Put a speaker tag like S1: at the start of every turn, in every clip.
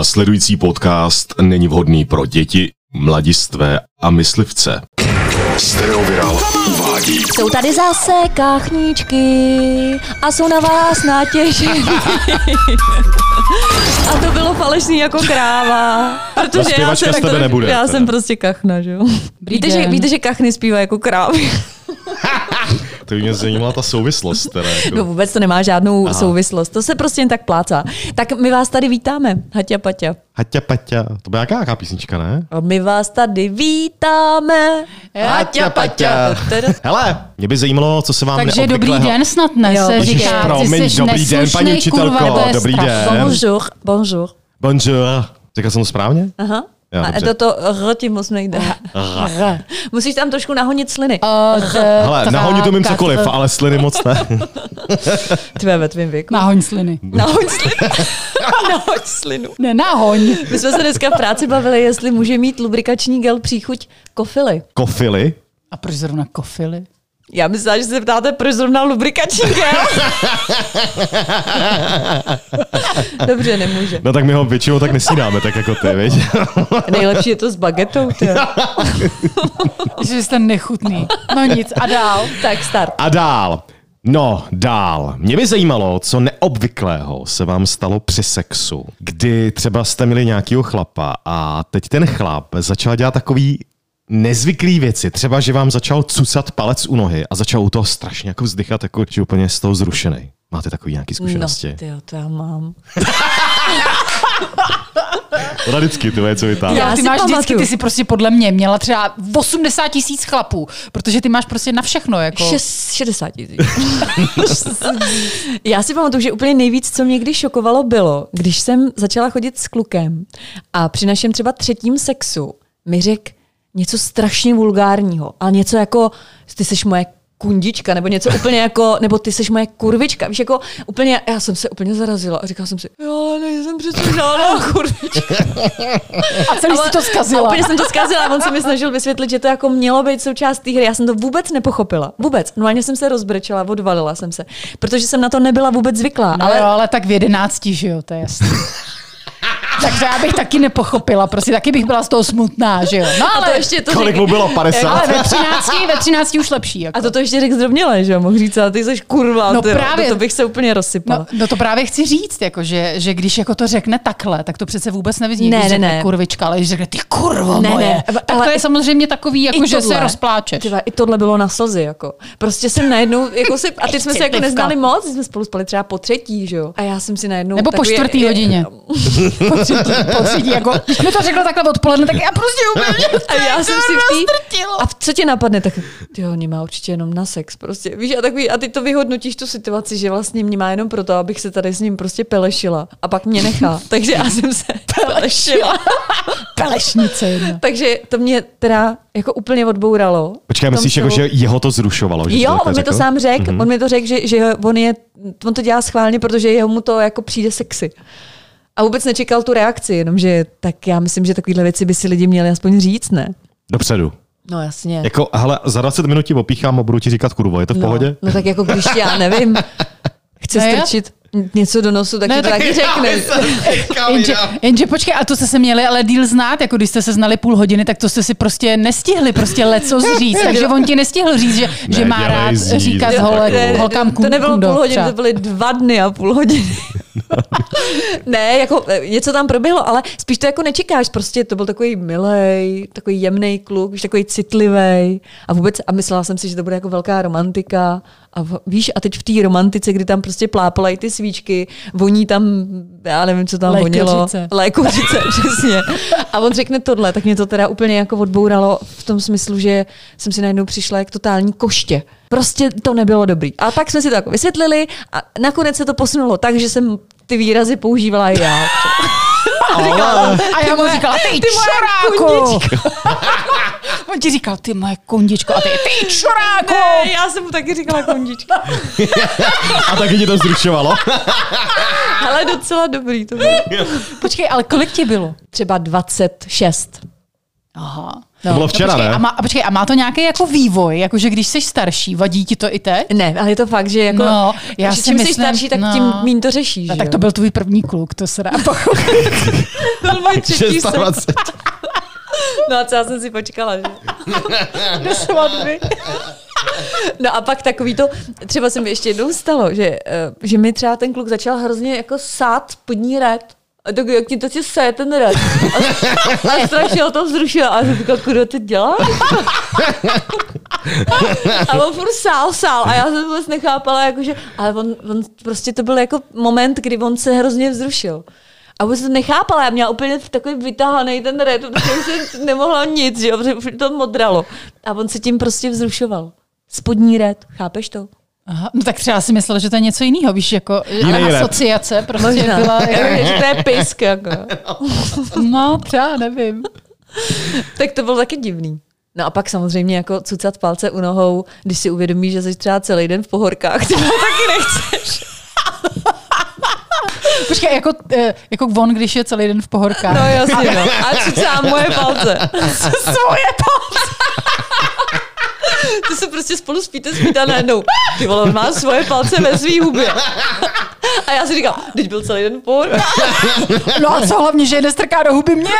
S1: Následující podcast není vhodný pro děti, mladistvé a myslivce.
S2: Stereoviral uvádí
S3: Jsou tady zase káchníčky a jsou na vás natěžený. A to bylo falešný jako kráva. Protože já
S1: zpěvačka
S3: jsem,
S1: z tebe nebude,
S3: já
S1: teda.
S3: jsem prostě kachna, že jo? Víte že,
S4: den.
S3: víte, že kachny zpívají jako krávy.
S1: To by mě zajímala ta souvislost. Teda
S3: No
S1: jako.
S3: vůbec to nemá žádnou Aha. souvislost. To se prostě jen tak plácá. Tak my vás tady vítáme, Haťa Paťa.
S1: Haťa paťa. To byla jaká, jaká písnička, ne?
S3: A my vás tady vítáme.
S4: Haťa Paťa.
S3: Teda-
S1: Hele, mě by zajímalo, co se vám
S4: Takže dobrý
S1: neobvyklého-
S4: den snad ne,
S3: Jo.
S4: se
S3: Ježiš,
S4: říká.
S1: promiň,
S4: ty jsi
S1: dobrý den,
S4: neslušnej,
S1: paní učitelko,
S4: kurva, to je
S1: dobrý
S4: strašný.
S1: den.
S3: Bonjour, bonjour.
S1: Bonjour. Řekl jsem to správně?
S3: Aha.
S1: Jo,
S3: a
S1: dobře.
S3: do to r ti moc nejde. Musíš tam trošku nahonit sliny.
S4: Eh, eh,
S1: Hele,
S4: taková
S1: nahoní to mým
S4: kat-
S1: cokoliv, ale sliny moc ne.
S3: Tvé ve tvým věku.
S4: Nahoň sliny.
S3: Nahoď slinu. Nahoď slinu.
S4: Ne, nahoň.
S3: My jsme se dneska v práci bavili, jestli může mít lubrikační gel příchuť kofily.
S1: Kofily.
S4: A proč zrovna kofily?
S3: Já myslela, že se ptáte, proč zrovna lubrikační gel. Dobře, nemůže.
S1: No tak my ho většinou tak nesnídáme, tak jako ty, viď?
S3: Nejlepší je to s bagetou. Tě.
S4: Že jste nechutný. No nic, a dál.
S3: Tak start.
S1: A dál. No, dál. Mě by zajímalo, co neobvyklého se vám stalo při sexu, kdy třeba jste měli nějakého chlapa a teď ten chlap začal dělat takový nezvyklý věci. Třeba, že vám začal cucat palec u nohy a začal u toho strašně jako vzdychat, jako, že úplně z toho zrušený. Máte takový nějaký
S3: No,
S1: zkušenosti?
S3: ty to já mám.
S1: Ona vždycky, ty vole, co vytáhne.
S3: Já
S4: Já ty
S3: si
S4: máš vždycky,
S3: pamatuju.
S4: ty jsi prostě podle mě měla třeba 80 tisíc chlapů, protože ty máš prostě na všechno. Jako.
S3: Šest- 60 tisíc. Já si pamatuju, že úplně nejvíc, co mě kdy šokovalo, bylo, když jsem začala chodit s klukem a při našem třeba třetím sexu mi řekl něco strašně vulgárního, ale něco jako, ty jsi moje kundička, nebo něco úplně jako, nebo ty jsi moje kurvička. Víš, jako úplně, já jsem se úplně zarazila a říkala jsem si, jo, ale nejsem přece žádná kurvička.
S4: A celý
S3: Ale-
S4: si to
S3: A
S4: zkazila.
S3: úplně jsem to zkazila a on se mi snažil vysvětlit, že to jako mělo být součást té hry. Já jsem to vůbec nepochopila. Vůbec. Normálně jsem se rozbrečela, odvalila jsem se. Protože jsem na to nebyla vůbec zvyklá.
S4: No ale... Jo, ale tak v jedenácti, že jo, to je jasný. Takže já bych taky nepochopila, prostě taky bych byla z toho smutná, že jo. No
S3: a to
S4: ale,
S3: ještě to
S1: Kolik
S3: řekl,
S1: mu bylo? 50?
S4: ale ve třinácti, ve třinácti už lepší. Jako.
S3: a to to ještě řekl zdrobněle, že jo? Mohl říct, ale ty jsi kurva,
S4: No
S3: ty, jo.
S4: právě.
S3: To, to bych se úplně rozsypala.
S4: No, no to právě chci říct, jako že, že když jako to řekne takhle, tak to přece vůbec nevyzní,
S3: Ne,
S4: když
S3: ne,
S4: řekne
S3: ne.
S4: kurvička, ale když řekne ty kurvo
S3: Ne,
S4: ne, moje,
S3: ne,
S4: ne,
S3: ale-
S4: tak to je samozřejmě takový, jako že se rozpláčeš.
S3: Tyva, I tohle bylo na slzy, jako. Prostě jsem najednou, jako si, a teď jsme se jako
S4: Citlivka.
S3: neznali moc, jsme spolu spali třeba po třetí, že jo. A já jsem si najednou...
S4: Nebo po
S3: takový-
S4: čtvrtý hodině. po třetí, po třetí, jako, když mi to řekla takhle odpoledne, tak já prostě úplně
S3: A já jsem si v tý...
S4: roztrtilo.
S3: A v- co tě napadne, tak ty ho má určitě jenom na sex prostě. Víš, a, takový, a ty to vyhodnotíš tu situaci, že vlastně mě má jenom proto, abych se tady s ním prostě pelešila. A pak mě nechá. Takže já jsem se pelešila.
S4: pelešnice jedna.
S3: Takže to mě teda jako úplně odbouralo.
S1: Počkej,
S3: V tom
S1: myslíš, jako,
S3: vztahu.
S1: že jeho to zrušovalo? Že
S3: Jo,
S1: takhle
S3: on mi to
S1: řekl? Mhm.
S3: sám řekl. Mm-hmm. On mi to řekl, že, že on, je, on to dělá schválně, protože jeho mu to jako přijde sexy. A vůbec nečekal tu reakci, jenomže tak já myslím, že takovéhle věci by si lidi měli aspoň říct, ne?
S1: Dopředu.
S3: No jasně.
S1: Jako, hele, za 20 minut ti opíchám a budu ti říkat kurvo, je to v pohodě?
S3: No tak jako když já nevím, chci
S4: Ne, já-
S3: strčit něco do nosu, tak
S4: Ne,
S3: ti to
S4: tak
S3: taky řekneš.
S4: Jenže, jenže počkej, a to jste se měli ale díl znát, jako když jste se znali půl hodiny, tak to jste si prostě nestihli prostě leco říct, takže on ti nestihl říct, že, že má
S1: Nedělej
S4: rád
S1: z ní,
S4: říkat
S1: to
S4: hole,
S1: takovou-
S4: holkám
S3: to nebylo
S4: kundo,
S3: půl hodiny,
S4: třeba.
S3: to byly dva dny a půl hodiny. ne, jako eh, něco tam proběhlo, ale spíš to jako nečekáš, prostě to byl takový milej, takový jemný kluk, už takový citlivý a vůbec, a myslela jsem si, že to bude jako velká romantika a v, víš, a teď v té romantice, kdy tam prostě plápolají ty svíčky, voní tam, já nevím, co tam
S4: Lékařice.
S3: vonilo. Lékuřice, přesně. A on řekne tohle, tak mě to teda úplně jako odbouralo v tom smyslu, že jsem si najednou přišla jak totální koště. Prostě to nebylo dobrý. A pak jsme si to jako vysvětlili a nakonec se to posunulo tak, že jsem ty výrazy používala i já.
S1: Ale,
S4: A já mu říkala, ty, ty čuráku! On ti říkal, ty moje kondičko, a ty, ty čuráku!
S3: Ne, já jsem mu taky říkala kondička.
S1: a taky ti to zrušovalo?
S3: Ale docela dobrý to bylo.
S4: Počkej, ale kolik ti bylo?
S3: Třeba 26.
S4: Aha.
S1: To bylo včera,
S4: No, počkej,
S1: ne?
S4: A má, a počkej, a má to nějaký jako vývoj, jakože když jsi starší, vadí ti to i teď?
S3: Ne, ale je to fakt, že jako,
S4: No, já
S3: že
S4: si
S3: čím jsi
S4: myslím-
S3: starší, tak
S4: no.
S3: tím mín to řešíš.
S4: A
S3: že
S4: tak
S3: jo?
S4: to byl tvůj první kluk, to se dá pochopit.
S3: To byl můj třetí sen.
S1: 26.
S3: No a co já jsem si počkala, že?
S4: svatby.
S3: No a pak takový to, třeba se mi ještě jednou stalo, že, eh, že mi třeba ten kluk začal hrozně jako sát spodní red. A tak jak ti to si seje ten red. A, a strašně ho to vzrušilo. A já jsem říkala, kdo to dělá? A on furt sál, sál. A já jsem vůbec nechápala, jakože, ale on, on, prostě to byl jako moment, kdy on se hrozně vzrušil. A vůbec to nechápala, já měla úplně takový vytahaný ten red, protože už jsem nemohla nic, že jo, protože už to modralo. A on se tím prostě vzrušoval. Spodní red, chápeš to?
S4: Aha, no tak třeba si myslel, že to je něco jiného, víš, jako
S1: Jiný
S4: ale
S1: rap.
S4: asociace prostě
S3: Možná.
S4: byla.
S3: Jakože, že to je pisk, jako.
S4: No, třeba nevím.
S3: Tak to bylo taky divný. No a pak samozřejmě jako cucat palce u nohou, když si uvědomíš, že jsi třeba celý den v pohorkách, to taky nechceš.
S4: Počkej, jako, eh, jako on, když je celý den v pohorkách.
S3: No jasně, no. A cucá moje palce.
S4: Svoje palce.
S3: Ty se prostě spolu spíte, spíte a najednou. Ty vole, on má svoje palce ve svý hubě. A já si říkám, teď byl celý den v pohorkách.
S4: No a co hlavně, že je nestrká do huby mě?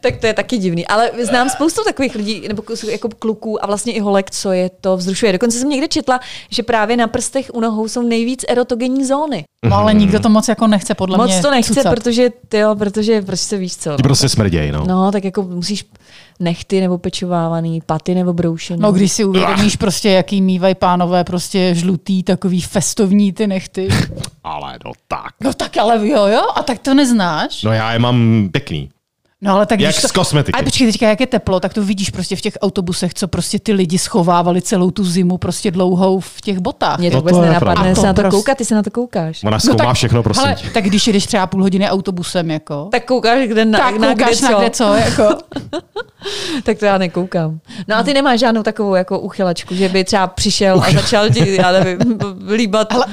S3: Tak to je taky divný. Ale znám spoustu takových lidí, nebo kus- jako kluků a vlastně i holek, co je to vzrušuje. Dokonce jsem někde četla, že právě na prstech u nohou jsou nejvíc erotogenní zóny.
S4: No ale nikdo to moc jako nechce, podle mě.
S3: Moc to nechce,
S4: cucat.
S3: protože ty jo, protože prostě víš co.
S1: Ti prostě smrděj, no.
S3: No, tak jako musíš nechty nebo pečovávaný, paty nebo broušený.
S4: No, když si uvědomíš prostě, jaký mývají pánové, prostě žlutý, takový festovní ty nechty.
S1: Ale no tak.
S4: No tak ale jo, jo, a tak to neznáš.
S1: No já je mám pěkný.
S4: No ale tak
S1: Jak
S4: když to...
S1: z kosmetiky.
S4: Ale počkej, teďka jak je teplo, tak to vidíš prostě v těch autobusech, co prostě ty lidi schovávali celou tu zimu prostě dlouhou v těch botách.
S3: Mě to
S1: No to
S3: vůbec
S1: je
S3: nenapadne
S1: pravda.
S3: se na to
S4: A to prostě-
S3: koukat, ty se na to koukáš.
S1: Ona zkoumá no,
S4: tak-
S1: všechno, prosím.
S4: hele,
S1: Ale...
S4: tak když jedeš třeba půl hodiny autobusem, jako,
S3: Tak koukáš, kde na,
S4: tak
S3: na, kde,
S4: koukáš na
S3: co.
S4: kde co, jako.
S3: Tak to já nekoukám. No a ty nemáš žádnou takovou jako uchylačku, že by třeba přišel a začal ti, já nevím, líbat. Ale...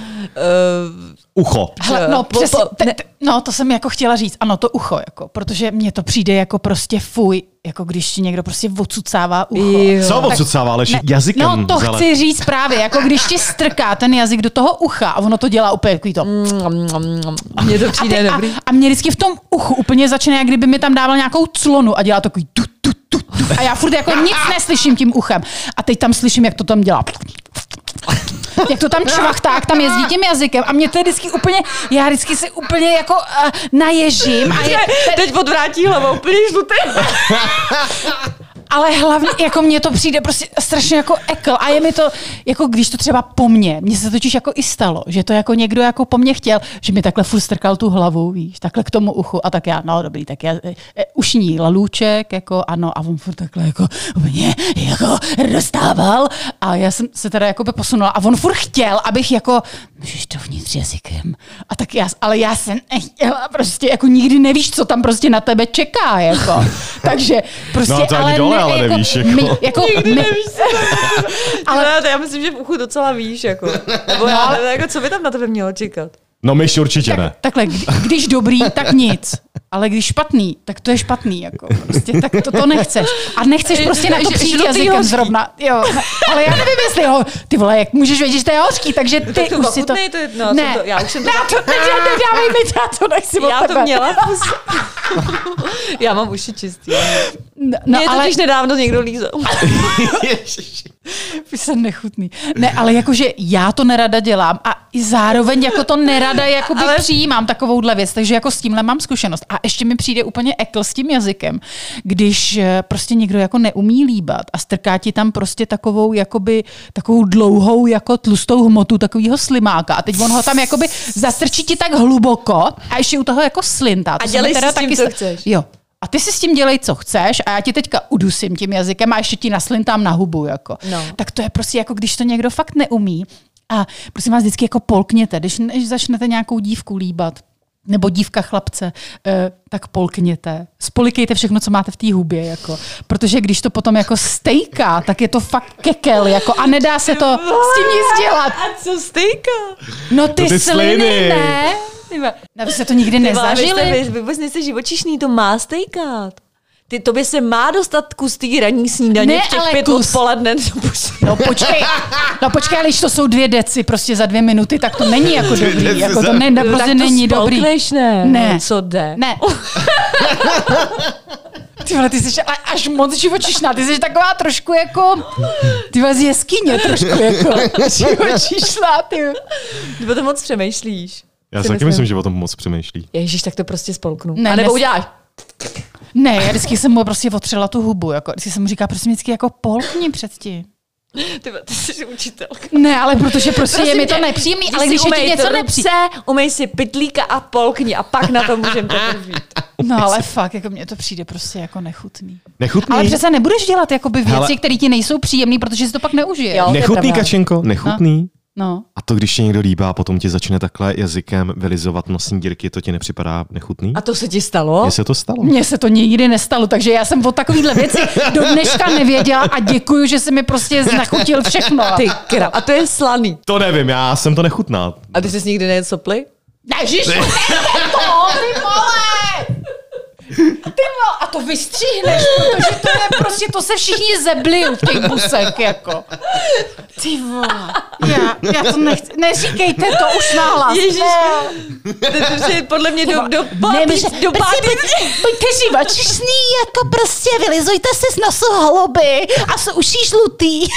S1: Ucho.
S4: Hele, no,
S3: Po-
S4: přesně,
S3: po-
S4: te,
S3: ne-
S4: te, no, to jsem jako chtěla říct. Ano, to ucho, jako, protože mně to přijde jako prostě fuj, jako když ti někdo prostě odsucává ucho.
S3: Jo.
S1: Co
S4: Tak-
S1: odsucává, ale
S4: Ne,
S1: jazykem
S4: No to
S1: zale.
S4: chci říct právě, jako když ti strká ten jazyk do toho ucha a ono to dělá úplně takový to.
S3: Mm. Mně to
S4: A,
S3: přijde
S4: ty, a,
S3: dobrý.
S4: a mě vždycky v tom uchu úplně začíná, jak kdyby mi tam dával nějakou clonu a dělá takový tu, tu, tu, tu. A já furt jako nic neslyším tím uchem. A teď tam slyším, jak to tam dělá. Jak to tam čvachták, tam jezdí tím jazykem. A mě to je vždycky úplně, já vždycky si úplně jako uh, naježím. A je,
S3: Teď odvrátí hlavou, úplně žlutý.
S4: ale hlavně, jako mně to přijde prostě strašně jako ekl. A je mi to, jako když to třeba po mně, mně se totiž jako i stalo, že to jako někdo jako po mně chtěl, že mi takhle furt strkal tu hlavu, víš, takhle k tomu uchu. A tak já, no dobrý, tak já e, e, ušní lalůček, jako ano, a on furt takhle jako mě jako dostával. A já jsem se teda jako by posunula a on furt chtěl, abych jako, můžeš to vnitř jazykem. A tak já, ale já jsem nechtěla, prostě jako nikdy nevíš, co tam prostě na tebe čeká, jako. Takže prostě,
S1: No, to ani
S4: ale
S1: dole,
S4: ne,
S1: ale
S4: jako,
S1: nevíš, jako.
S4: My, jako
S3: Nikdy
S4: my,
S3: nevíš, co
S4: Ale- No.
S3: Ale... já myslím, že v uchu docela víš, jako. Nebo já, nevím, jako co by tam na tebe mělo čekat?
S1: No myš určitě ne.
S4: Takhle, kdy- když dobrý, tak nic. Ale když špatný, tak to je špatný. Jako. Prostě, tak to, to nechceš. A nechceš prostě na to
S3: Takže
S4: přijít
S3: žlutý
S4: jazykem
S3: hořký.
S4: zrovna. Jo. Ale já nevím, jestli ho... Ty vole, jak můžeš vědět, že to je hořký, takže ty
S3: Tak to
S4: už si to...
S3: ochutnej, to je- no,
S4: ne,
S3: to- já už jsem to
S4: ne,
S3: tak-
S4: to, ne, ne, ne, dávej mi to, já to nechci od
S3: Já to
S4: tebe.
S3: měla. v puse. já mám uši čistý.
S4: No,
S3: No,
S4: no,
S3: Mě ale...
S4: ale
S3: totiž nedávno někdo lízal.
S4: Vy jsem nechutný. Ne, ale jakože já to nerada dělám a i zároveň jako to nerada jakoby ale... přijímám takovouhle věc, takže jako s tímhle mám zkušenost. A ještě mi přijde úplně ekl s tím jazykem, když eh, prostě někdo jako neumí líbat a strká ti tam prostě takovou jakoby, takovou dlouhou jako tlustou hmotu takového slimáka a teď on ho tam jakoby zastrčí ti tak hluboko a ještě u toho jako slintá. To
S3: A
S4: se
S3: dělej
S4: mi
S3: si s tím,
S4: taky
S3: co
S4: sta-
S3: chceš.
S4: Jo. A ty si s tím dělej, co chceš a já ti teďka udusím tím jazykem a ještě ti naslintám na hubu. Jako.
S3: No.
S4: Tak to je prostě jako, když to někdo fakt neumí. A prosím vás, vždycky jako polkněte, když než začnete nějakou dívku líbat, nebo dívka chlapce, eh, tak polkněte. Spolikejte všechno, co máte v té hubě. Jako. Protože když to potom jako stejká, tak je to fakt kekel. Jako, a nedá se to s tím nic dělat.
S3: A co stejka?
S4: No ty,
S1: No ty
S4: sliny,
S1: sliny.
S4: ne? Tyba. No, vy jste to nikdy
S3: Ty vole, vy jste-
S4: nezažili?
S3: Vy, vy vůbec nejste živočišný, to má stejkat. Ty, tobě se má dostat kus té ranní snídaně
S4: Ne,
S3: v těch
S4: ale
S3: pět
S4: kus.
S3: odpoledne. do pusy.
S4: No počkej, no počkej, ale když to jsou dvě deci prostě za dvě minuty, tak to není jako dobrý.
S1: deci
S4: Jako
S1: za-
S4: to ne, ne,
S3: Tak
S4: prostě
S3: to
S4: není dobrý.
S3: spolkneš, ne? No,
S4: Ne.
S3: Co jde?
S4: Ne. Ty vole, ty jsi a- až moc živočišná, ty jsi taková trošku jako, ty vole, z jeskyně trošku jako živočišná, ty.
S3: Ty o tom moc přemýšlíš.
S1: Já
S3: Si
S1: si taky myslím, že o tom moc přemýšlí.
S3: Ježíš, tak to prostě spolknu.
S4: Ne,
S3: Ne, a nebo
S4: nes-
S3: uděláš.
S4: Ne, já vždycky jsem mu prostě otřela tu hubu, jako, vždycky jsem mu říká, prosím, vždycky jako polkni předtím.
S3: Ty, vole, ty jsi učitelka.
S4: Ne, ale protože prostě je
S3: Prosím
S4: mi
S3: tě,
S4: to nepříjemný, ale
S3: si
S4: když je ti
S3: umej
S4: něco
S3: ruce,
S4: nepříjemný.
S3: Umej si pytlíka a polkni a pak na to můžeme poprvít.
S4: No ale fakt, jako mně to přijde prostě jako nechutný.
S1: Nechutný,
S4: Ale přece nebudeš dělat jakoby
S1: Hele.
S4: věci, které ti nejsou příjemné, protože si to pak neužije.
S3: Jo. to je
S1: nechutný
S3: pravda.
S1: kačenko, nechutný.
S4: No.
S1: A to, když tě někdo líbá, potom ti začne takhle jazykem vylizovat nosní dírky, to ti nepřipadá nechutný?
S3: A to se ti stalo?
S1: Mně se to stalo.
S4: Mně se to nikdy nestalo, takže já jsem o takovýhle věci do dneška nevěděla a děkuju, že jsi mi prostě znachutil všechno.
S3: Ty kra. A to je slaný.
S1: To nevím, já jsem to nechutná.
S3: A ty jsi nikdy necopli?
S4: Ježiš, to, ty vole! Ty vole, a to vystříhneš, protože to je prostě, to se všichni zeblil v těch busek, jako. Ty vole, já, já to nechci, neříkejte to už nahlas.
S3: Ježiš.
S4: ne.
S3: To je podle mě do, do pátý,
S4: Nemůže-
S3: do
S4: prostě
S3: pátý.
S4: buď- buďte živočišný, jako prostě vylizujte si z nosu holuby a z uší žlutý.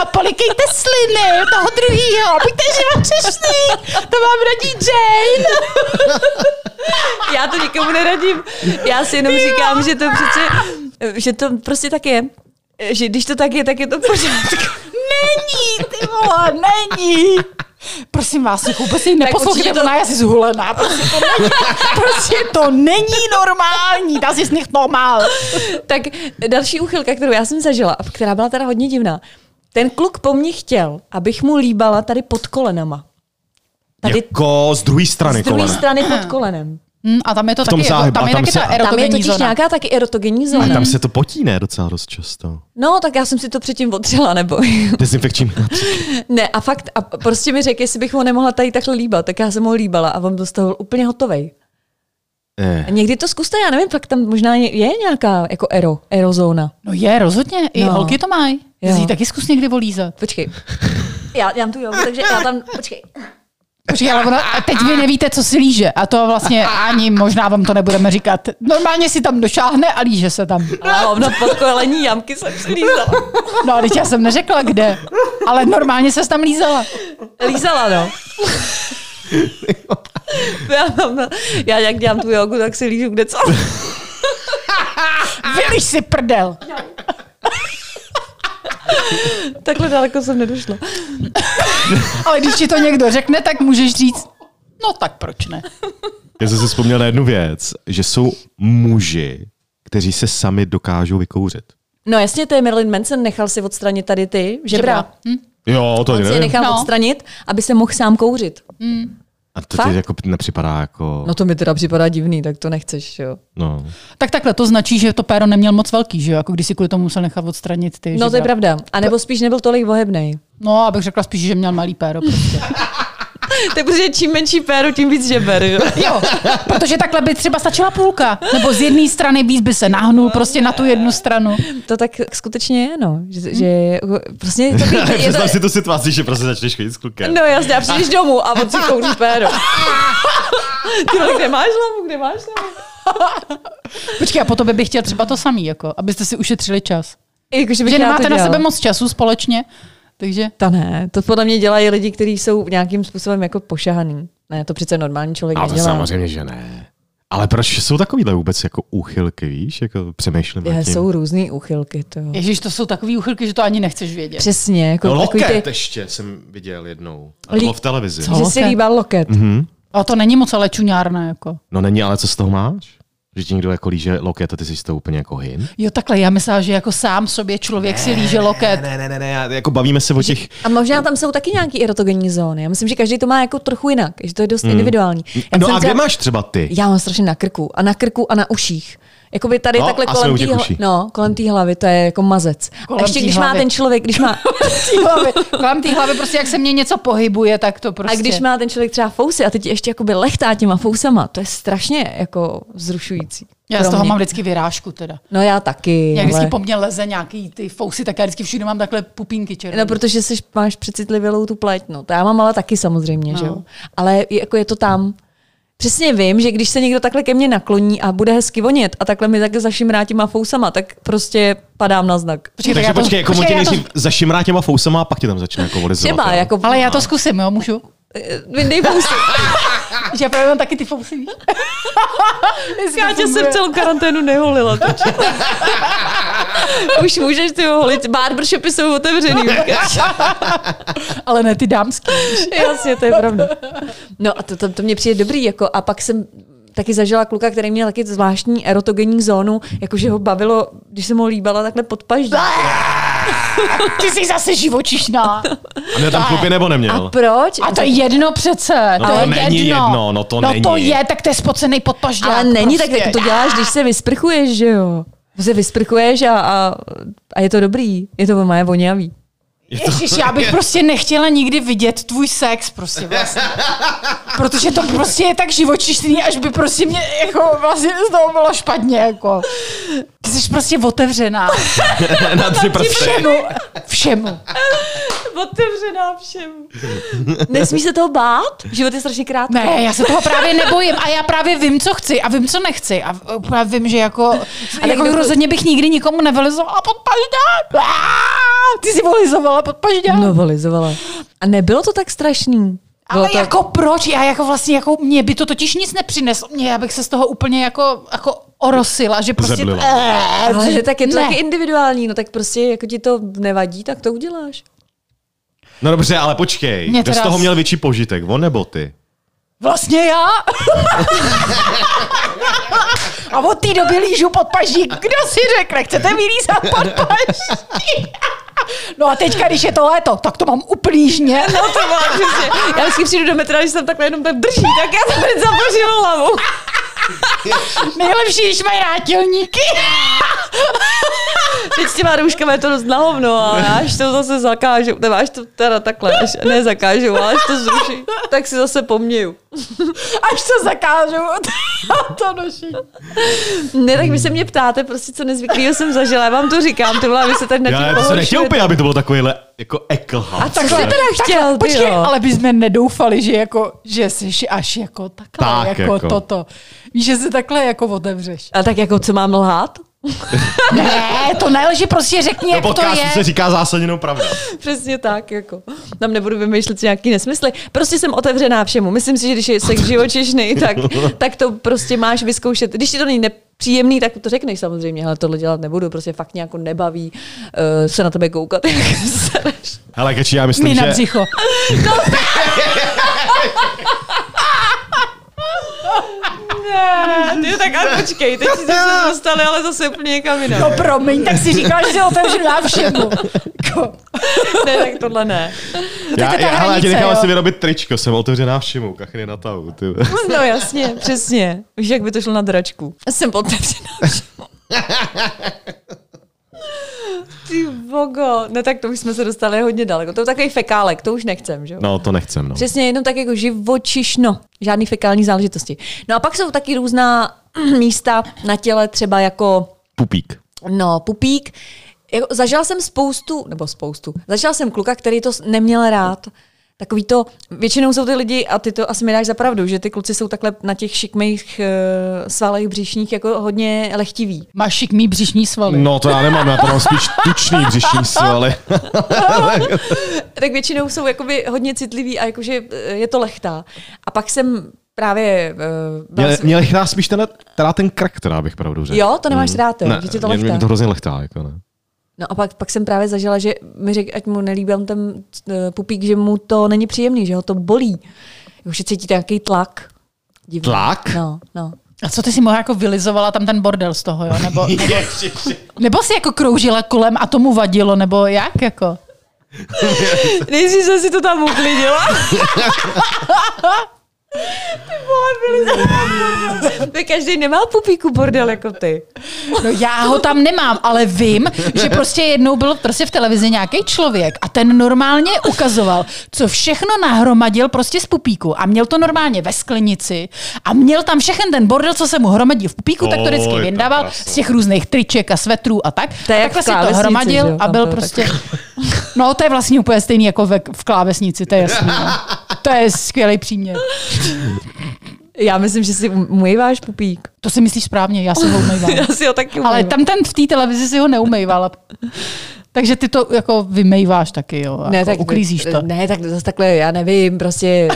S4: a polikejte sliny toho druhýho. Buďte živočišný, to vám radí Jane.
S3: Já to nikomu neradím. Já si jenom říkám, že to přece, že to prostě tak je. Že když to tak je, tak je to v pořádku.
S4: Není, ty vole, není. Prosím vás, jako vůbec ji neposlouchejte,
S3: určitě to-
S4: to... ona je asi zhulená. Prostě to, není, prostě to není normální, das ist nicht normal.
S3: Tak další úchylka, kterou já jsem zažila, a která byla teda hodně divná. Ten kluk po mně chtěl, abych mu líbala tady pod kolenama. Tady
S1: Jako z druhé strany
S3: z druhé
S1: kolena.
S3: strany pod kolenem.
S4: Hmm, a tam je to
S1: tom
S4: taky,
S1: záhybu,
S4: jako, tam
S1: a
S4: je
S1: tam
S4: taky
S1: se-
S4: ta
S1: Tam je
S3: Tam je
S4: erogenní
S3: totiž
S4: zóna.
S3: nějaká taky erotogenní
S1: A
S3: zóna.
S1: tam se to potíne docela dost často.
S3: Hmm. No, tak já jsem si to předtím otřela, nebo...
S1: Dezinfekčním.
S3: ne, a fakt, a prostě mi řekl, jestli bych ho nemohla tady takhle líbat, tak já jsem ho líbala a on byl z toho úplně hotovej.
S1: Eh.
S3: A Někdy to zkuste, já nevím, fakt tam možná je, je nějaká jako ero, erozóna.
S4: No je, rozhodně. I
S3: No.
S4: no. holky to mají.
S3: Jo.
S4: Zí taky zkus někdy volízat.
S3: Počkej. Já, já mám tu jogu, takže já tam, počkej.
S4: Počkej, ale ono, a teď vy nevíte, co si líže. A to vlastně ani možná vám to nebudeme říkat. Normálně si tam došáhne a líže se tam.
S3: Ale hovno pod kolení jamky jsem si lízala.
S4: No ale teď já jsem neřekla, kde. Ale normálně se tam lízala.
S3: Lízala, no. já, mám, no. já jak dělám tu jogu, tak si lížu kde co.
S4: Vylíž si prdel.
S3: Takhle daleko jsem nedošla.
S4: Ale když ti to někdo řekne, tak můžeš říct, no tak proč ne?
S1: Já jsem si vzpomněl na jednu věc, že jsou muži, kteří se sami dokážou vykouřit.
S3: No jasně, to je Marilyn Manson, nechal si odstranit tady ty žebra.
S4: Žebra.
S1: Jo, to
S3: On si je
S1: nevím.
S3: nechal
S4: No.
S3: odstranit, aby se mohl sám kouřit.
S1: A to
S3: Fakt?
S1: ti jako nepřipadá jako...
S3: No to mi teda připadá divný, tak to nechceš, jo.
S1: No.
S4: Tak takhle to značí, že to péro neměl moc velký, že jo? Jako když si kvůli tomu musel nechat odstranit ty
S3: No to je
S4: žebra.
S3: pravda. A nebo spíš nebyl tolik bohebnej.
S4: No, abych řekla spíš, že měl malý péro. Prostě.
S3: Tak protože čím menší péru, tím víc žeber, jo.
S4: Jo, protože takhle by třeba stačila půlka. Nebo z jedné strany víc by se nahnul prostě na tu jednu stranu.
S3: To tak skutečně je, no. Že, že prostě je to, je to,
S1: Představ si tu situaci, že prostě začneš chodit s klukem.
S3: No jasně, a přijdeš domů a on si kouří péro. Ty vole, kde máš hlavu, kde máš hlavu?
S4: Počkej, a po tobě bych chtěl třeba to samý, jako, abyste si ušetřili čas.
S3: Jako, že bych
S4: Že
S3: já to
S4: nemáte na
S3: dělala.
S4: sebe moc času společně, takže...
S3: Ta ne, to podle mě dělají lidi, kteří jsou nějakým způsobem jako pošahaný. Ne, to přece normální člověk
S1: Ale to
S3: nedělá.
S1: samozřejmě, že ne. Ale proč jsou takovýhle vůbec jako úchylky, víš? Jako přemýšlím nad
S3: Je,
S1: tím.
S3: jsou různé úchylky, to jo.
S4: Ježíš, to jsou takový uchylky, že to ani nechceš vědět.
S3: Přesně, jako
S1: No,
S3: takový
S1: loket
S3: ty,
S1: ještě jsem viděl jednou. A
S3: Lí-
S1: to bylo v televizi.
S4: Co?
S3: že si
S4: Loket.
S3: líbá loket.
S1: Mhm.
S3: Mm-hmm.
S4: A to není moc ale čuňárné, jako.
S1: No není, ale co z toho máš? Že ti někdo jako líže loket a ty jsi z toho úplně jako hin?
S4: Jo, takhle, já myslela, že jako sám sobě člověk si líže loket.
S1: Ne, ne, ne, ne, já- jako bavíme se o těch...
S3: A možná tam jsou taky nějaký erotogenní zóny. Já myslím, že každý to má jako trochu jinak, že to je dost individuální. Já
S1: Mhm. No
S3: jsem
S1: a kde
S3: třeba-
S1: máš třeba ty?
S3: Já mám strašně na krku a na krku a na uších. Jakoby tady
S1: No,
S3: no, takhle
S1: a
S3: kolem
S1: jsou těch
S3: té
S1: uší.
S3: no, kolem té hlavy, to je jako mazec.
S4: Kolem
S3: a ještě
S4: té
S3: když
S4: hlavy.
S3: má ten člověk, když má,
S4: Ty hlavy. Kolem té hlavy prostě, jak se mě něco pohybuje, tak to prostě.
S3: a když má ten člověk třeba fousy a teď ještě jakoby lechtá těma fousama, to je strašně jako vzrušující.
S4: já
S3: pro
S4: z toho
S3: mě.
S4: mám vždycky vyrážku teda.
S3: No já taky.
S4: Jak vždycky
S3: hele.
S4: po mně leze nějaký ty fousy, tak já vždycky všude mám takhle pupínky červené.
S3: No, protože jsi, máš přecitlivělou tu pleť. No, to já mám ale taky samozřejmě, no. že jo. Ale je- jako je to tam. Přesně vím, že když se někdo takhle ke mně nakloní a bude hezky vonět a takhle mi takhle zašimrá těma fousama, tak prostě padám na znak.
S4: Počkej, tak
S1: Takže
S4: já to-
S1: počkej, jako on tě
S4: já to-
S1: nejdřív zašimrá těma fousama a pak tě tam začne jako volizovat.
S3: Třeba,
S1: jo.
S3: jako...
S4: Ale já to zkusím, jo, můžu?
S3: eh, Vyndej fousy.
S4: Že já právě mám taky ty fousy, víš? Jestli
S3: Já
S4: to
S3: tě jsem
S4: funguje.
S3: celou karanténu neholila. teď. Už můžeš ty holit. Barbershopy jsou otevřený. ukáž.
S4: Ale ne ty dámský.
S3: Jasně, to je pravda. No a to, to, to mě přijde dobrý. Jako, a pak jsem taky zažila kluka, který měl taky zvláštní erotogenní zónu, jakože ho bavilo, když jsem ho líbala takhle pod paždí.
S4: Ty jsi zase živočišná.
S1: A měl tam kluby nebo
S3: A
S1: neměl?
S3: proč?
S4: A to je jedno přece.
S1: No
S4: to,
S1: to
S4: je
S1: není
S4: jedno.
S1: jedno, no to
S4: no to
S1: není.
S4: je, tak to je spocený podpažďák.
S3: Ale není
S4: prostě.
S3: tak, jak to děláš, když se vysprchuješ, že jo? Se vysprchuješ a, a, a je to dobrý. Je to moje voňavý.
S4: Ježiš, já bych prostě nechtěla nikdy vidět tvůj sex prostě vlastně. Protože to prostě je tak živočišný, až by prostě mě jako vlastně z toho bylo špatně jako. Ty jsi prostě otevřená
S1: Na tři prsty.
S4: všemu, všemu.
S3: Otevřená všem. Nesmí se toho bát? Život je strašně krátký.
S4: Ne, já se toho právě nebojím a já právě vím, co chci a vím, co nechci a právě vím, že jako, ale jako
S3: někdo-
S4: rozhodně bych nikdy nikomu nevelizovala pod pažďák. Aaa, Ty jsi volizovala pod pažďák.
S3: No, Novelizovala. A nebylo to tak strašný. Bylo
S4: Ale
S3: to...
S4: jako proč? Já jako vlastně, jako mě by to totiž nic nepřineslo. Mě, já bych se z toho úplně jako, jako orosila, že prostě...
S1: Zeblila.
S4: Eh,
S3: Ale že tak je to
S4: ne.
S3: taky individuální, no tak prostě jako ti to nevadí, tak to uděláš.
S1: No dobře, ale počkej.
S4: Mě
S1: Kdo z
S4: teda-
S1: toho měl větší požitek? On nebo ty?
S4: Vlastně já. A od té doby lížu pod paždík. Kdo si řekne, chcete mi lízat pod paždík? No a teďka, když je to léto, tak to mám úplný žně.
S3: No to má přesně. Já vždycky přijdu do metra, když jsem takhle jenom tak drží, tak já jsem hned zapořila hlavou.
S4: Nejlepší, když mají nátělníky.
S3: Teď s těma rouškama je to dost na hovno, ale až to zase zakážu, nebo až to teda takhle, až ne zakážu, ale až to zruší, tak si zase poměju.
S4: Až se zakážou. to nošení.
S3: Ne, tak vy se mě ptáte, prostě co nezvyklého jsem zažila, já vám to říkám, ty vole, a vy se tady na tím
S1: Já to se nechtěl
S3: pohoršujete.
S1: úplně, aby to bylo takovýhle jako eklha.
S3: A tak jste teda chtěl, ty
S4: Počkej,
S3: jo.
S4: ale by jsme nedoufali, že, jako, že jsi až jako takhle,
S1: Tak
S4: tak jako,
S1: jako.
S4: jako, toto. Víš, že se takhle jako otevřeš.
S3: A tak jako, co mám lhát?
S4: Ne, to nelži, prostě řekni,
S1: Do
S4: jak to
S1: podcastu
S4: je.
S1: se říká zásadinou pravda.
S3: Přesně tak, jako. Tam nebudu vymýšlet nějaký nesmysly. Prostě jsem otevřená všemu. Myslím si, že když je sex živočišný, tak, tak to prostě máš vyzkoušet. Když ti to není nepříjemný, tak to řekneš samozřejmě, ale tohle dělat nebudu, prostě fakt mě jako nebaví uh, se na tebe koukat, jak sereš.
S1: Hele, Keči, já myslím,
S4: Mi na
S1: že...
S4: břicho.
S3: Ty tak ale počkej, teď jsi se dostali, ale zase úplně někam
S4: No
S3: jinam.
S4: promiň, tak si říkal, že jsi otevřená všemu. Jako,
S3: Ne, tak tohle ne.
S4: to
S1: Já,
S4: je ta
S1: já, hele, já ti
S4: hranice,
S1: nechám
S4: jo.
S1: asi vyrobit tričko, jsem otevřená všemu, kachny na tahu. Ty.
S3: No jasně, přesně. Už jak by to šlo na dračku. Jsem otevřená všemu. Ty bogo. No tak to už jsme se dostali hodně daleko. To je takový fekálek, to už nechcem, že jo?
S1: No, to nechcem, no.
S3: Přesně, jenom tak jako živočišno. Žádný fekální záležitosti. No a pak jsou taky různá místa na těle, třeba jako
S1: Pupík.
S3: No, pupík. Jako, zažila jsem spoustu, nebo spoustu, zažila jsem kluka, který to s- neměl rád. Takový to, většinou jsou ty lidi, a ty to asi mi dáš za pravdu, že ty kluci jsou takhle na těch šikmých uh, svalých břišních jako hodně lechtiví.
S4: máš šikmý břišní svaly.
S1: No, to já nemám, já to mám spíš tučný břišní svaly.
S3: Tak většinou jsou jakoby hodně citliví a jakože eh, je to lechtá. A pak jsem právě... Uh,
S1: Mě, mě lechtá spíš tenhle, teda ten krk, teda bych pravdu řekl. Mm.
S3: Jo, to nemáš rád, jo, že ti to
S1: mě,
S3: lechtá.
S1: mě to hrozně lechtá, jako ne.
S3: No a pak, pak jsem právě zažila, že mi řekl, ať mu nelíbám ten eh, pupík, že mu to není příjemný, že ho to bolí. Jako, že cítíte nějaký tlak. Divný.
S1: Tlak?
S3: No, no.
S4: A co ty si mohla jako vylizovala tam ten bordel z toho, jo? Nebo, nebo si jako kroužila kolem a tomu vadilo, nebo jak jako?
S3: Nejdřív jsem si to tam uklidila. Ty vole, tak každý nemá pupíku bordel jako ty.
S4: No já ho tam nemám, ale vím, že prostě jednou byl prostě v televizi nějaký člověk a ten normálně ukazoval, co všechno nahromadil prostě z pupíku a měl to normálně ve sklenici a měl tam všechen ten bordel, co se mu hromadil v pupíku, tak to
S1: Oj,
S4: vždycky
S1: to je
S4: vyndával
S1: krása.
S4: z těch různých triček a svetrů a tak.
S3: To je
S4: a
S3: jak v
S4: takhle si to
S3: klávesnici, že
S4: hromadil
S3: jo,
S4: a
S3: tam
S4: byl
S3: to je
S4: prostě... No to je vlastně úplně stejný jako ve, v klávesnici, to je jasný. no. To je skvělý příměr.
S3: Já myslím, že si umýváš pupík.
S4: To si myslíš správně, já se ho umývám.
S3: Já si ho taky umývám.
S4: Ale tam ten v té televizi si ho neumejvala. Takže ty to jako vymejváš taky, jo. Ne, jako tak uklízíš to. Ne.
S3: Ne, tak zase takhle, já nevím, prostě...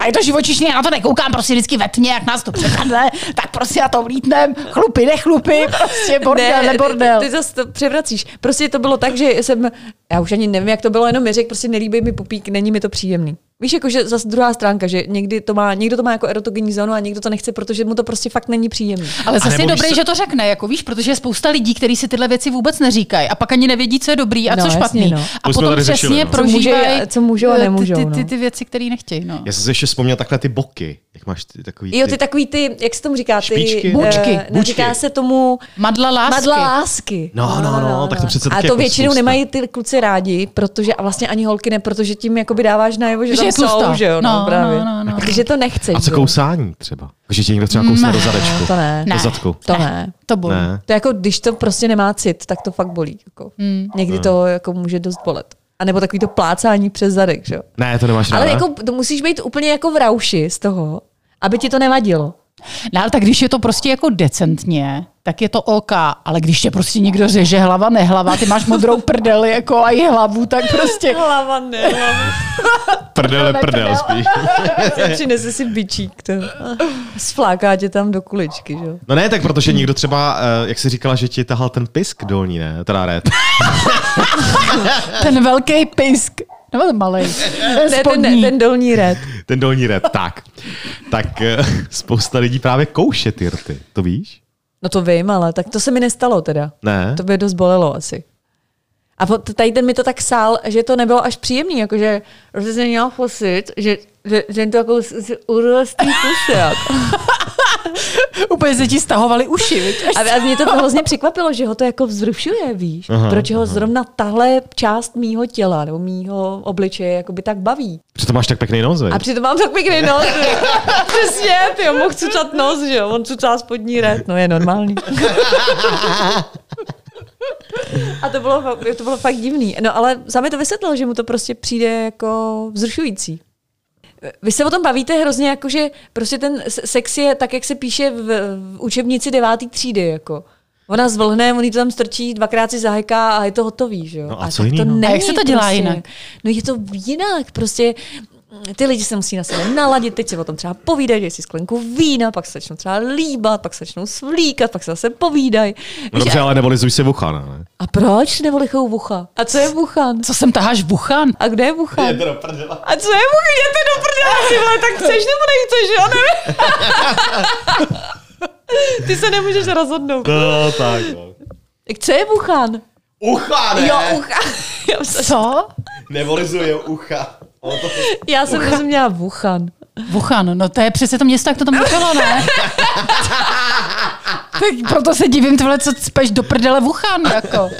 S4: A je to živočišný, já na to nekoukám prostě vždycky ve tmě, jak nás to přepadne, tak prostě já to vlítnem, chlupy, nechlupy, prostě bordel, ne, nebordel.
S3: Ty, ty zase to převracíš. Prostě to bylo tak, že jsem, já už ani nevím, jak to bylo, jenom mi řekl, prostě nelíbí mi pupík, není mi to příjemný. Víš, jakože zase druhá stránka, že někdy to má, někdo to má jako erotogenní zónu a někdo to nechce, protože mu to prostě fakt není příjemný.
S4: Ale zase
S1: nebo
S4: je
S1: víš
S4: dobré,
S1: co-
S4: že to řekne, jako víš, protože je spousta lidí, kteří si tyhle věci vůbec neříkají a pak ani nevědí, co je dobrý a
S3: No,
S4: co
S3: jasně,
S4: špatný.
S3: no.
S4: A
S1: To jsme
S4: potom
S1: tady
S4: přesně
S1: řešili,
S4: řešili,
S1: no.
S3: Co může- co můžou a nemůžou,
S4: Ty, ty, ty,
S3: no.
S4: ty věci, které nechtějí. No.
S1: Já jsem si ještě vzpomněl takhle ty boky. Jak máš ty, takový
S3: Jo, ty takový ty, jak se tomu říká, ty...
S1: Špičky?
S3: eh,
S4: Bučky.
S1: Bučky.
S3: Neříká se tomu...
S4: Madla lásky.
S3: Madla lásky.
S1: No, no, no, tak to přece
S3: A
S1: taky
S3: to
S1: jako
S3: většinou
S1: spousta.
S3: nemají ty kluci rádi, protože a vlastně ani holky ne, protože tím jakoby dáváš najevo, že,
S4: Že
S3: tam
S4: je
S3: jsou,
S4: tlustá.
S3: že jo, no,
S4: No,
S3: právě.
S4: no, no, no.
S3: Takže to nechceš.
S1: A co
S3: že jo.
S1: kousání třeba? Že ti někdo třeba kousne
S4: Ne,
S1: do zadečku.
S3: to ne.
S1: Do
S4: Ne.
S1: zadku.
S3: To ne.
S4: To bylo.
S1: Ne.
S3: To je jako, když to prostě nemá cit, tak to fakt bolí. Jako. Hmm. Někdy to jako může dost bolet. A nebo takový to plácání přes zadek, že jo.
S1: Ne, to nemáš
S3: Ale
S1: ráda.
S3: jako, to musíš být úplně jako v rauši z toho, aby ti to nevadilo.
S4: No ale tak když je to prostě jako decentně, tak je to OK, ale když tě prostě někdo řeže hlava, nehlava, ty máš modrou prdel jako a i hlavu, tak prostě...
S3: Hlava ne, hlava.
S1: Prdele, prdel
S4: prdel.
S1: spíš.
S3: Přinese si bičík. To. Sfláká tě tam do kuličky, že jo.
S1: No ne, tak protože někdo třeba, eh, jak jsi říkala, že ti tahal ten pisk dolní, ne? Teda red.
S4: Ten velký pisk. Nebo ten malý. Ten
S3: Ne, ten,
S4: spodní.
S3: ten dolní red.
S1: Ten dolní red, tak. Tak eh, spousta lidí právě kouše ty rty, to víš?
S3: No to vím, ale tak to se mi nestalo teda.
S1: Ne?
S3: To by dost bolelo asi. A po- tady ten mi to tak sál, že to nebylo až příjemný, jakože že jsem měla pocit, že, že, že to jako z- z- urval z té pusy. jako.
S4: Úplně se ti stahovaly uši, viď?
S3: A, a mě to hrozně překvapilo, že ho to jako vzrušuje, víš?
S1: Aha,
S3: Aha, Proč ho zrovna tahle část mýho těla nebo mýho obličeje jako by tak baví.
S1: Přitom máš tak pěkný nos,
S3: A
S1: veď?
S3: přitom mám tak pěkný nos. že- Přesně, ty jo, mohl cucat nos, že jo? On cucá spodní red, no je normální. A to bylo, fa- to bylo fakt divný. No ale sami to vysvětlil, že mu to prostě přijde jako vzrušující. Vy se o tom bavíte hrozně jako, že prostě ten se- sex je tak, jak se píše v, v učebnici devátý třídy, jako. Ona zvlhne, on jí to tam strčí, dvakrát si zaheká a je to hotový, že jo?
S1: No a co
S3: tak
S1: jiný,
S3: to
S1: no?
S3: není,
S4: A jak se to dělá
S3: prostě.
S4: jinak?
S3: No je to jinak, prostě mm, ty lidi se musí na sebe naladit, teď se o tom třeba povídají, že si sklenku vína, pak se začnou třeba líbat, pak se začnou svlíkat, pak se zase povídají.
S1: No dobře, ale nevolizuj si ucha, ne?
S3: A proč nevolichou bucha? A co je buchan?
S4: Co sem taháš buchan?
S3: A kde je buchan?
S1: do prdele.
S3: A co je buchan? Je to do prdele, ty vole, tak chceš nebo nechceš, jo? Nevím. Ty se nemůžeš rozhodnout.
S1: No, tak. No.
S3: Co je buchan?
S1: Ucha,
S3: Jo, ucha. Já, jsem-
S4: Co?
S1: Nevolizuje ucha.
S3: já jsem rozuměla buchan.
S4: Buchan, no to je přece to město, jak to tam bylo, ne? tak proto se divím, tyhle, co cpeš do prdele Wuhan, jako.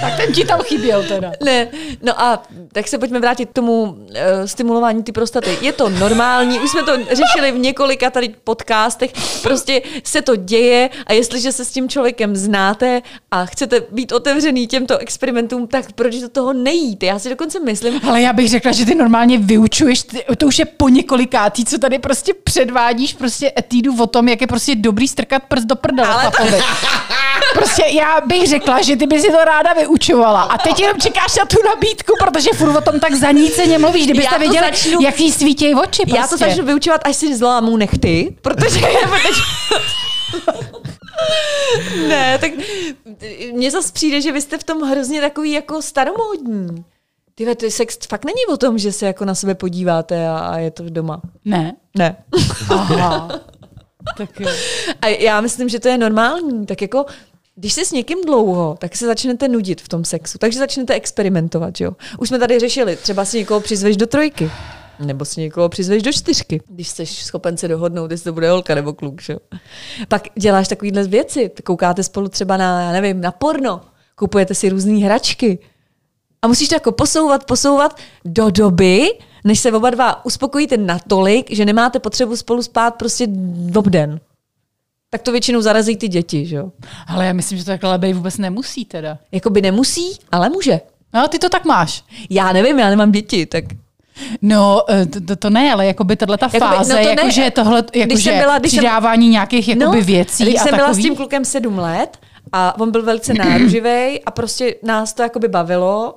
S4: tak ten ti tam chyběl teda.
S3: Ne, no a tak se pojďme vrátit k tomu uh, stimulování ty prostaty. Je to normální, už jsme to řešili v několika tady podcastech, prostě se to děje a jestliže se s tím člověkem znáte a chcete být otevřený těmto experimentům, tak proč do toho nejít? Já si dokonce myslím,
S4: Ale já bych řekla, že ty normálně vyučuješ, ty- to už je po několikátý, co tady prostě předvádíš prostě etídu o tom, jak je prostě dobrý strkat prst do prdele
S3: Ale-
S4: Ale... Prostě já bych řekla, že ty by si to ráda vyučovala. A teď jenom čekáš na tu nabídku, protože furt o tom tak zaníceně mluvíš,
S3: Já
S4: kdybyste
S3: to
S4: věděla,
S3: začnu-
S4: začnu... jak jí svítějí oči. Prostě.
S3: já to začnu vyučovat, až si zlámu nechty, protože... protože ne, tak mně zase přijde, že vy jste v tom hrozně takový jako staromódní. Tyhle, ty sex fakt není o tom, že se jako na sebe podíváte a, a je to doma.
S4: Ne.
S3: Ne.
S4: Aha. tak jo.
S3: A já myslím, že to je normální. Tak jako, když jsi s někým dlouho, tak se začnete nudit v tom sexu, takže začnete experimentovat, že jo. Už jsme tady řešili, třeba si někoho přizveš do trojky. Nebo si někoho přizveš do čtyřky, když jsi schopen se dohodnout, jestli to bude holka nebo kluk. Že? jo. Pak děláš takovýhle věci, koukáte spolu třeba na, já nevím, na porno, kupujete si různé hračky. A musíš to jako posouvat, posouvat do doby, než se oba dva uspokojíte natolik, že nemáte potřebu spolu spát prostě obden. Tak to většinou zarazí ty děti, že jo?
S4: Ale já myslím, že to takhle bej vůbec nemusí teda.
S3: Jakoby nemusí, ale může.
S4: No, ty to tak máš.
S3: Já nevím, já nemám děti, tak
S4: No, eh, to, to, to ne, ale jakoby tahle ta
S3: Jakoby- no
S4: fáze,
S3: to ne.
S4: jakože tohle,
S3: Když
S4: jakože
S3: jsem byla- když jsem- No,
S4: přidávání nějakých jakoby věcí
S3: Když
S4: a
S3: jsem
S4: takový.
S3: byla s tím klukem sedm let a on byl velice náruživý a prostě nás to jakoby bavilo.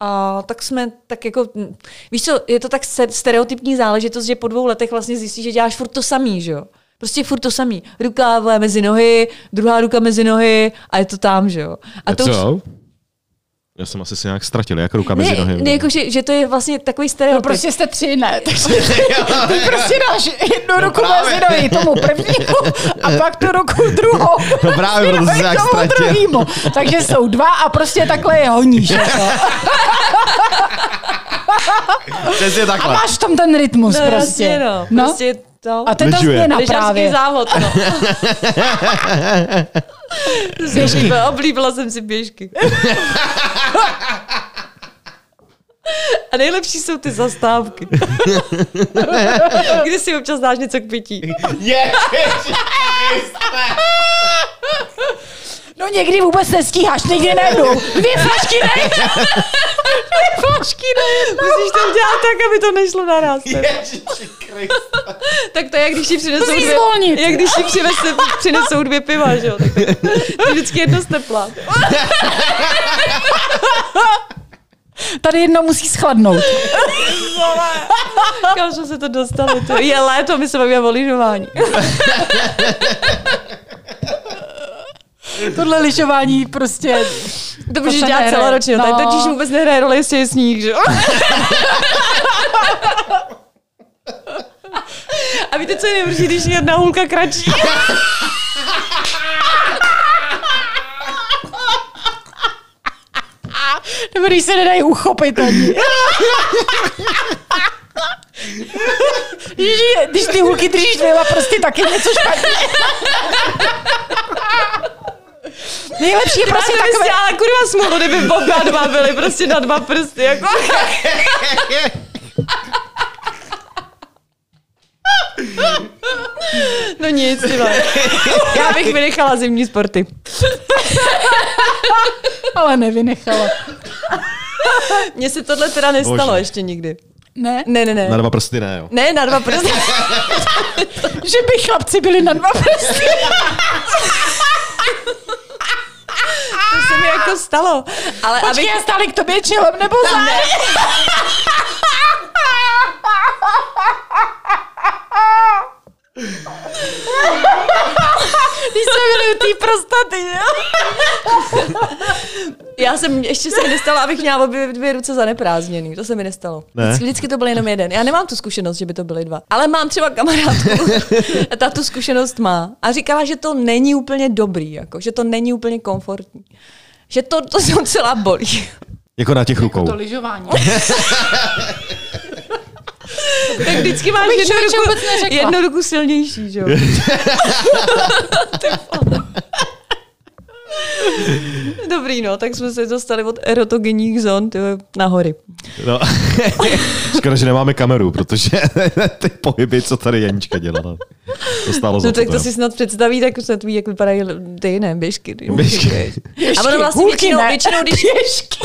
S3: A tak jsme tak jako, hm, víš co, je to tak se- stereotypní záležitost, že po dvou letech vlastně zjistíš, že děláš furt to samý, že jo? Prostě furt to samý. Ruka vole, mezi nohy, druhá ruka mezi nohy a je to tam, že jo? A to už,
S1: co? Já jsem asi se nějak ztratil, jak ruka mezi
S3: ne,
S1: nohy.
S3: ne, jako, že, že to je vlastně takový stereotyp.
S4: No prostě jste tři, ne? Takže ty prostě dáš
S1: No
S4: jednu ruku mezi nohy tomu prvnímu a pak tu ruku druhou.
S1: No právě,
S4: mezi
S1: proto
S4: nohy
S1: se nějak
S4: tomu
S1: ztratil.
S4: Druhýmu. Takže jsou dva a prostě takhle je honíš. jako.
S1: Přesně
S4: A
S1: takhle.
S4: máš v tom ten rytmus
S3: no,
S4: prostě.
S3: Jasně, no. Prostě to.
S4: A to je ta
S1: Lyžuje.
S4: změna
S3: Lyžařský
S4: právě.
S3: závod, no. To jsem oblíbila, oblíbila jsem si běžky. A nejlepší jsou ty zastávky. Kdy si občas dáš něco k pití.
S4: No někdy vůbec nestíháš, někdy nejdu. Dvě flašky nejdu. Dvě flašky nejdu.
S3: Musíš to udělat tak, aby to nešlo naraz. tak to je, jak když ti přinesou
S4: Musíš
S3: dvě,
S4: zvolnit.
S3: jak když ti přinese, přinesou dvě piva, že jo? Tak to, to je vždycky jedno z tepla.
S4: Tady jedno musí schladnout.
S3: Kam jsme se to dostali? To je léto, my se bavíme o lyžování.
S4: Tohle lyžování prostě...
S3: To můžeš
S4: se
S3: dělat
S4: nehraje.
S3: celoročně, no.
S4: No.
S3: tak totiž vůbec nehraje roli, jestli je sníh, že jo? A víte, co je nejhorší, když je jedna hůlka kratší?
S4: Nebo když se nedají uchopit ani. Když, je- když ty hulky držíš dvěma prsty, tak je něco špatně. Nejlepší je
S3: Prostě
S4: prostě takové...
S3: takové... Ale kurva smůlu, kdyby oba dva byly prostě na dva prsty, jako. No nic, ty vole. Já bych vynechala zimní sporty.
S4: Ale nevynechala.
S3: Mně se tohle teda nestalo
S1: Bože.
S3: ještě nikdy.
S4: Ne?
S3: Ne, ne, ne.
S1: Na dva prsty ne, jo.
S3: Ne, na dva prsty.
S4: Že by chlapci byli na dva prsty.
S3: To se mi jako stalo. Ale
S4: Počkej,
S3: abych...
S4: já stáli k tobě čelem nebo zájem.
S3: Když jsme byli u té prostaty, jo? Já jsem, ještě se mi nestalo, abych měla obě dvě ruce zaneprázdněný. To se mi nestalo.
S1: Ne.
S3: Vždycky, vždycky to byl jenom jeden. Já nemám tu zkušenost, že by to byly dva. Ale mám třeba kamarádku, ta tu zkušenost má. A říkala, že to není úplně dobrý, jako, že to není úplně komfortní. Že to, to se docela bolí.
S1: Jako na těch rukou.
S4: lyžování.
S3: Tak vždycky máš
S4: bych
S3: jednu
S4: člověče
S3: ruku,
S4: vůbec neřekla.
S3: jednu ruku silnější, že jo? Ty vole. Dobrý, no, tak jsme se dostali od erotogenních zón ty vole, na hory.
S1: No. Škoda, že nemáme kameru, protože ty pohyby, co tady Janíčka dělala. To stálo za
S3: No tak
S1: to.
S3: to
S1: jo.
S3: si snad představí, tak snad ví, jak vypadají l- ty ne, běžky. ty.
S1: Běžky.
S3: A ono vlastně
S4: Hulky
S3: většinou,
S4: ne.
S3: většinou, když...
S4: Běžky.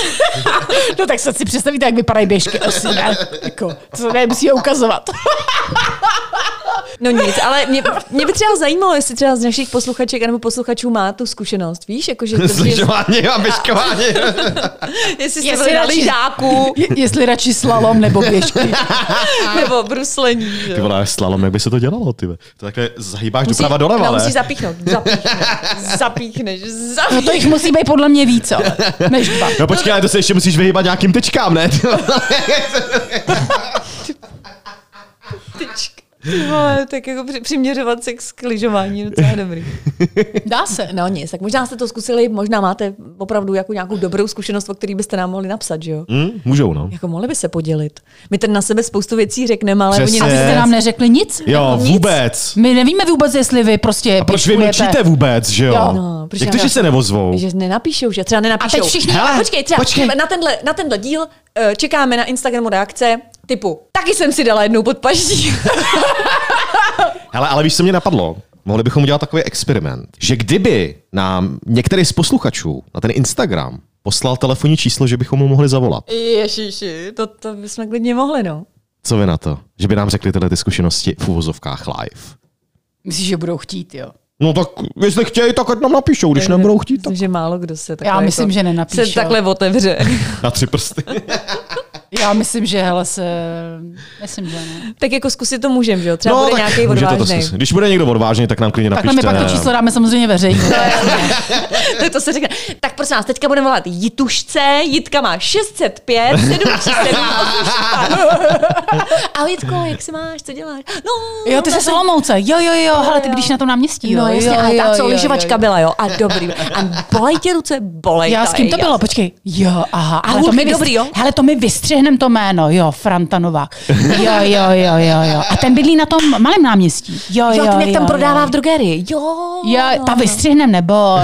S4: No tak snad si představíte, jak vypadají běžky. Asi ne. Jako, to nemusíme ukazovat.
S3: No nic, ale mě, mě by třeba zajímalo, jestli třeba z našich posluchaček nebo posluchačů má tu zkušenost, víš? Jako, že to, že,
S1: Slyšování a běžkování.
S3: jestli jste
S4: jestli
S3: byli na
S4: radši-
S3: lyžáku
S4: Je, jestli radši slalom nebo běžky.
S3: nebo bruslení. že jo?
S1: Ty vole, slalom, jak by se to dělalo, ty vole? To takhle zahýbáš
S3: Musí-
S1: doprava doleva,
S3: no,
S1: ne?
S3: musíš zapíchnout, zapíchnout, zapíchneš,
S4: No to
S3: zapíchneš.
S4: jich musí být podle mě víc, ale než dva.
S1: No počkej, ale to se ještě musíš vyhýbat nějakým tečkám, ne?
S3: Tyčka. Vole, tak jako při- přiměřovat sex k lyžování je docela dobrý.
S4: Dá se.
S3: No nic, tak možná jste to zkusili, možná máte opravdu jako nějakou dobrou zkušenost, o který byste nám mohli napsat, že jo?
S1: Hm, můžou, no.
S3: Jako mohli by se podělit. My ten na sebe spoustu věcí řekneme, ale
S1: Přesně.
S3: oni
S4: A vy jste
S1: Yes.
S4: nám neřekli nic?
S3: No,
S1: Jo,
S4: Nic?
S1: vůbec.
S4: My nevíme vůbec, jestli vy prostě
S1: A proč vy
S4: pičkujete.
S1: mlčíte vůbec, že jo?
S4: Jo,
S3: no, protože-
S1: Jak to, že se nevozvou?
S3: že nenapíšou, že třeba nenapíšou.
S4: A teď všichni-
S1: Hele,
S3: počkej, třeba
S1: počkej.
S3: počkej. Na, tenhle, na tenhle díl eh, čekáme na Instagramu reakce typu taky jsem si dala jednou pod paždí.
S1: Hele, ale víš, co mě napadlo? Mohli bychom udělat takový experiment, že kdyby nám některý z posluchačů na ten Instagram poslal telefonní číslo, že bychom mu mohli zavolat.
S3: Ježiši, to, to bychom klidně mohli, no.
S1: Co vy na to? Že by nám řekli tyhle ty zkušenosti v uvozovkách live.
S4: Myslíš, že budou chtít, jo?
S1: No tak, jestli chtějí, tak ať nám napíšou, když nebudou chtít, tak
S3: Myslím, že málo kdo se takhle
S4: Já myslím,
S3: jako,
S4: že nenapíšou.
S3: Se takhle otevře.
S1: na tři prsty.
S4: Já myslím, že hele se... Myslím, že ne.
S3: tak jako zkusit to můžem, že jo? Třeba no, bude nějaký
S1: můžete to
S3: odvážný.
S1: zkusit. Když bude někdo odvážný, tak nám klidně
S4: Takhle my
S1: napište.
S4: pak to číslo dáme samozřejmě veřejně.
S3: tak to se řekne. Tak prosím vás, teďka budeme volat Jitušce. Jitka má 605, 737, 860. Ahoj Jitko, jak se máš, co děláš? No,
S4: Jo, ty jsi
S3: tak-
S4: z Olomouce. Jo, jo, jo, hele, ty bydlíš na tom náměstí, jo.
S3: No, jasně,
S4: jo,
S3: a
S4: jo,
S3: ta co
S4: jo,
S3: lyžovačka
S4: jo, jo.
S3: byla, jo, a dobrý. A bolej tě ruce, bolej.
S4: Já s kým to
S3: tady,
S4: bylo?
S3: já-
S4: Počkej. Jo, aha. Ale to
S3: Hulk
S4: mi
S3: je
S4: vys...
S3: dobrý, jo?
S4: Hele, to mi vystřihneme to jméno. Jo, Franta Novák. Jo, jo, jo, jo, jo. A ten bydlí na tom malém náměstí. Jo, jo,
S3: Jo,
S4: jo
S3: ten, jak tam prodává
S4: jo.
S3: v No, drogerii. Jo.
S4: Já, ta vystřihnem, nebo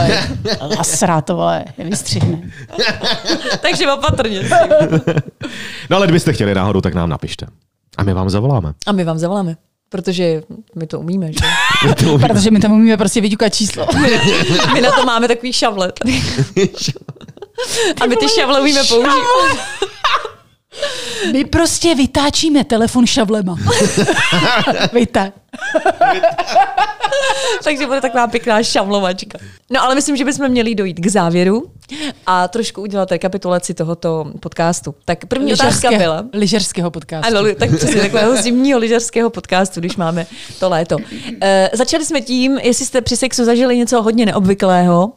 S4: lasra to vole, vystřihne.
S3: Takže opatrně.
S1: No ale kdybyste chtěli náhodou, tak nám napište. A my vám zavoláme.
S3: A my vám zavoláme, protože my to umíme, že?
S4: Protože my tam umíme prostě vyťukat číslo.
S3: My na to máme takový šavle. tady. A my ty šavle umíme použít.
S4: My prostě vytáčíme telefon šavlema. Víte.
S3: Takže bude taková pěkná šavlovačka. No ale myslím, že bychom měli dojít k závěru a trošku udělat rekapitulaci tohoto podcastu. Tak první otázka byla...
S4: Lyžerského podcastu.
S3: Ano, li- tak přesně takového zimního lyžařského podcastu, když máme to léto. E, začali jsme tím, jestli jste při sexu zažili něco hodně neobvyklého,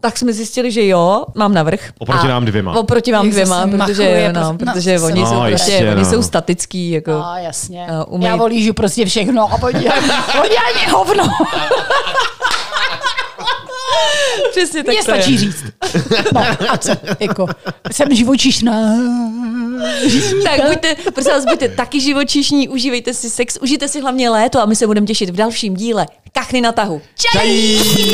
S3: tak jsme zjistili, že jo, mám navrh.
S1: Oproti
S3: A
S1: nám dvěma.
S3: Oproti vám
S4: Jak se
S3: dvěma,
S4: se
S3: protože, no,
S4: machruje, prostě- no,
S3: protože
S4: se
S3: oni,
S4: se-
S3: jsou,
S1: No,
S3: prostě,
S1: jistě,
S3: oni
S1: no.
S3: jsou statický. Jako.
S4: A jasně.
S3: A umej-
S4: Já volížu prostě všechno a podělám, podělám hovno.
S3: Přesně tak
S4: Mně
S3: to je.
S4: stačí říct. No, a co? Jako, jsem živočišná.
S3: Tak buďte, prosím vás, buďte taky živočišní, užívejte si sex, užijte si hlavně léto a my se budeme těšit v dalším díle. Kachny na tahu.
S1: Čají!